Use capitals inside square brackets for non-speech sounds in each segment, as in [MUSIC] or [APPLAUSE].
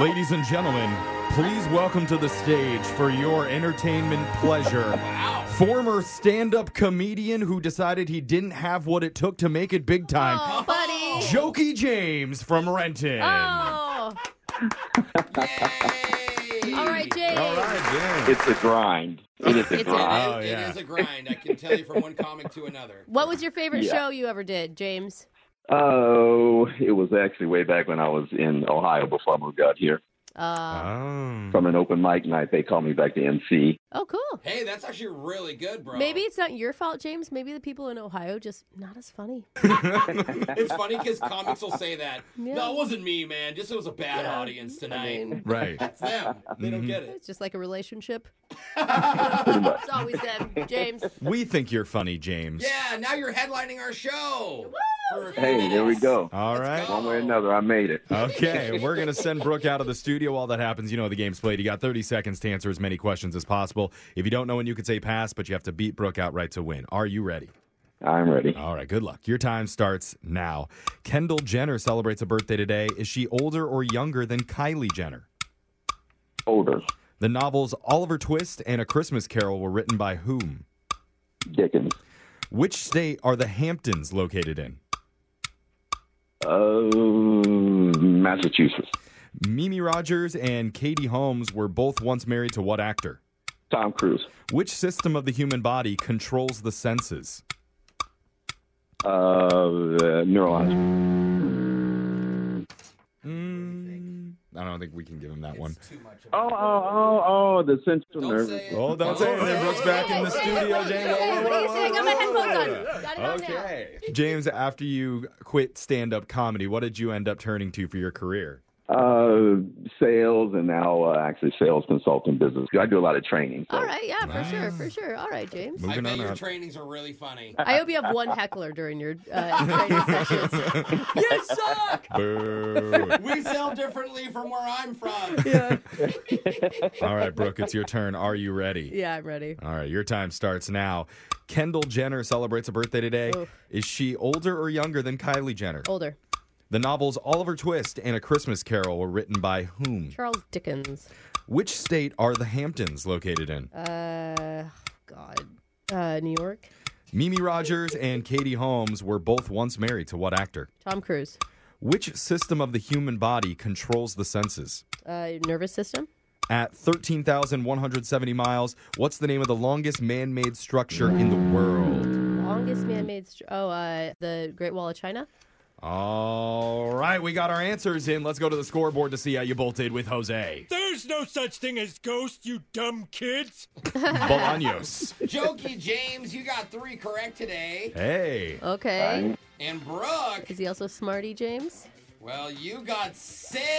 Ladies and gentlemen, please welcome to the stage for your entertainment pleasure. Former stand up comedian who decided he didn't have what it took to make it big time, Oh, buddy. Jokey James from Renton. Oh. All right, James. All right, James. It's a grind. It is a It's a- grind. Oh, It- yeah. It is a grind. I can tell you from one comic to another. What was your favorite Yeah. show you ever did, James? Oh, it was actually way back when I was in Ohio before I moved out here Uh, Oh. from an open mic night. They called me back to MC. oh, cool. Hey, that's actually really good, bro. Maybe it's not your fault, James. Maybe the people in Ohio just not as funny. it's funny because comics will say that. Yeah. No, it wasn't me, man. Just it was a bad Yeah, audience I tonight. mean, Right. it's them. They don't Mhm. get it. it's just like [LAUGHS] a relationship. yeah, It's always them, James. We think you're funny, James. now you're headlining our show. For a few Hey, there we minutes. go. All right. go. One way or another, I made it. Okay, we're going to send Brooke out of the studio while that happens. You know the game's played. You got 30 seconds to answer as many questions as possible. If you don't know when you can say pass, but you have to beat Brooke outright to win. Are you ready? I'm ready. All right, good luck. Your time starts now. Kendall Jenner celebrates a birthday today. Is she older or younger than Kylie Jenner? Older. The novels Oliver Twist and A Christmas Carol were written by whom? Dickens. Which state are the Hamptons located in? Oh, Massachusetts. Mimi Rogers and Katie Holmes were both once married to what actor? Tom Cruise. Which system of the human body controls the senses? Uh, uh, neurons. Mm, I don't think we can give him that one. It's too much of a- Oh, oh, oh, oh, the central Don't nervous. say it. Oh, don't say it. Brooke's back in the studio, James. Whoa, whoa, whoa, I got my headphones on. Got it on now. Okay. James, after you quit stand up comedy, what did you end up turning to for your career? Uh, sales and now uh, actually sales consulting business. I do a lot of training. So. All right, yeah, for sure, for sure. All right, James. I Moving bet on your up. trainings are really funny. I hope you have one heckler during your [LAUGHS] uh, training sessions. you suck. Boo. We sell differently from where I'm from. [LAUGHS] Yeah. All right, Brooke, it's your turn. Are you ready? yeah, I'm ready. All right, your time starts now. Kendall Jenner celebrates a birthday today. Oof. Is she older or younger than Kylie Jenner? Older. The novels Oliver Twist and A Christmas Carol were written by whom? Charles Dickens. Which state are the Hamptons located in? Uh, God. Uh, New York. Mimi Rogers and Katie Holmes were both once married to what actor? Tom Cruise. Which system of the human body controls the senses? Uh, nervous system. At 13,170 miles, what's the name of the longest man made structure in the world? Longest man-made. Str- oh, uh, the Great Wall of China. All right, we got our answers in. Let's go to the scoreboard to see how you both did with [LAUGHS] Jose. There's no such thing as ghosts, you dumb kids. Bolaños. Jokey James, you got three correct today. Hey. Okay. And Brooke, Is he also smarty, James? well, you got six.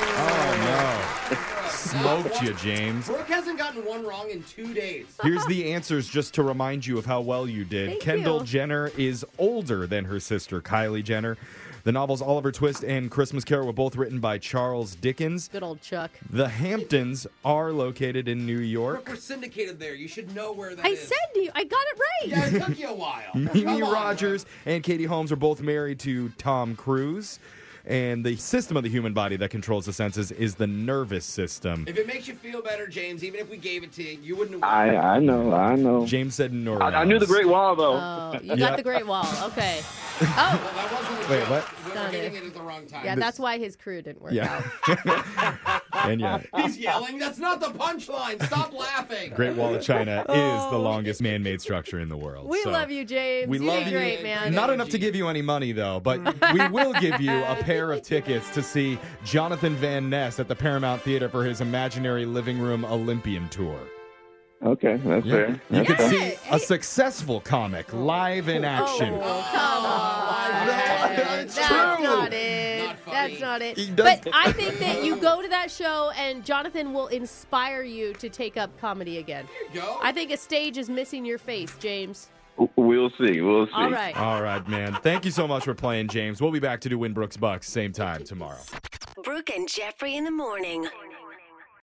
Oh, Brooke, no. not Smoked one- you, James. Brooke hasn't gotten one wrong in two days. Here's the answers just to remind you of how well you did. Thank Kendall you. Jenner is older than her sister, Kylie Jenner. The novels Oliver Twist and Christmas Carol were both written by Charles Dickens. Good old Chuck. The Hamptons are located in New Brooke, York. we're syndicated there. You should know where that I is. said to you, I got it right. Yeah, it took you a [LAUGHS] while. Mimi Come on, Rogers and Katie Holmes are both married to Tom Cruise. And the system of the human body that controls the senses is the nervous system. Brooke. If it makes you feel better, James, even if we gave it to you, you wouldn't have. I, I know, I know. James said I, neurons. I knew the Great Wall though. Oh, you Yeah. got the Great Wall. Okay. Well, Oh, that wasn't a Wait, joke. what? We We're Got it. getting it at the wrong time. yeah. That's why his crew didn't work out. Yeah. [LAUGHS] and yeah, He's yelling. That's not the punchline. Stop laughing. Great Wall of China is the longest man-made structure in the world. Oh. We So- love you, James. We you love did you. great, man. Not enough to give you any money though, but we will give you a pair of tickets to see Jonathan Van Ness at the Paramount Theater for his imaginary living room Olympian tour. Oh. Okay, that's fair. You That's could fair. see a successful comic live in action. Oh, come on. that's That's true. not it. Not funny. That's not it. He does- But I think that you go to that show and Jonathan will inspire you to take up comedy again. There you go. I think a stage is missing your face, James. We'll see. We'll see. All right. All right, man. Thank you so much for playing, James. We'll be back to do Winbrooks Bucks same time tomorrow. Brooke and Jeffrey in the morning.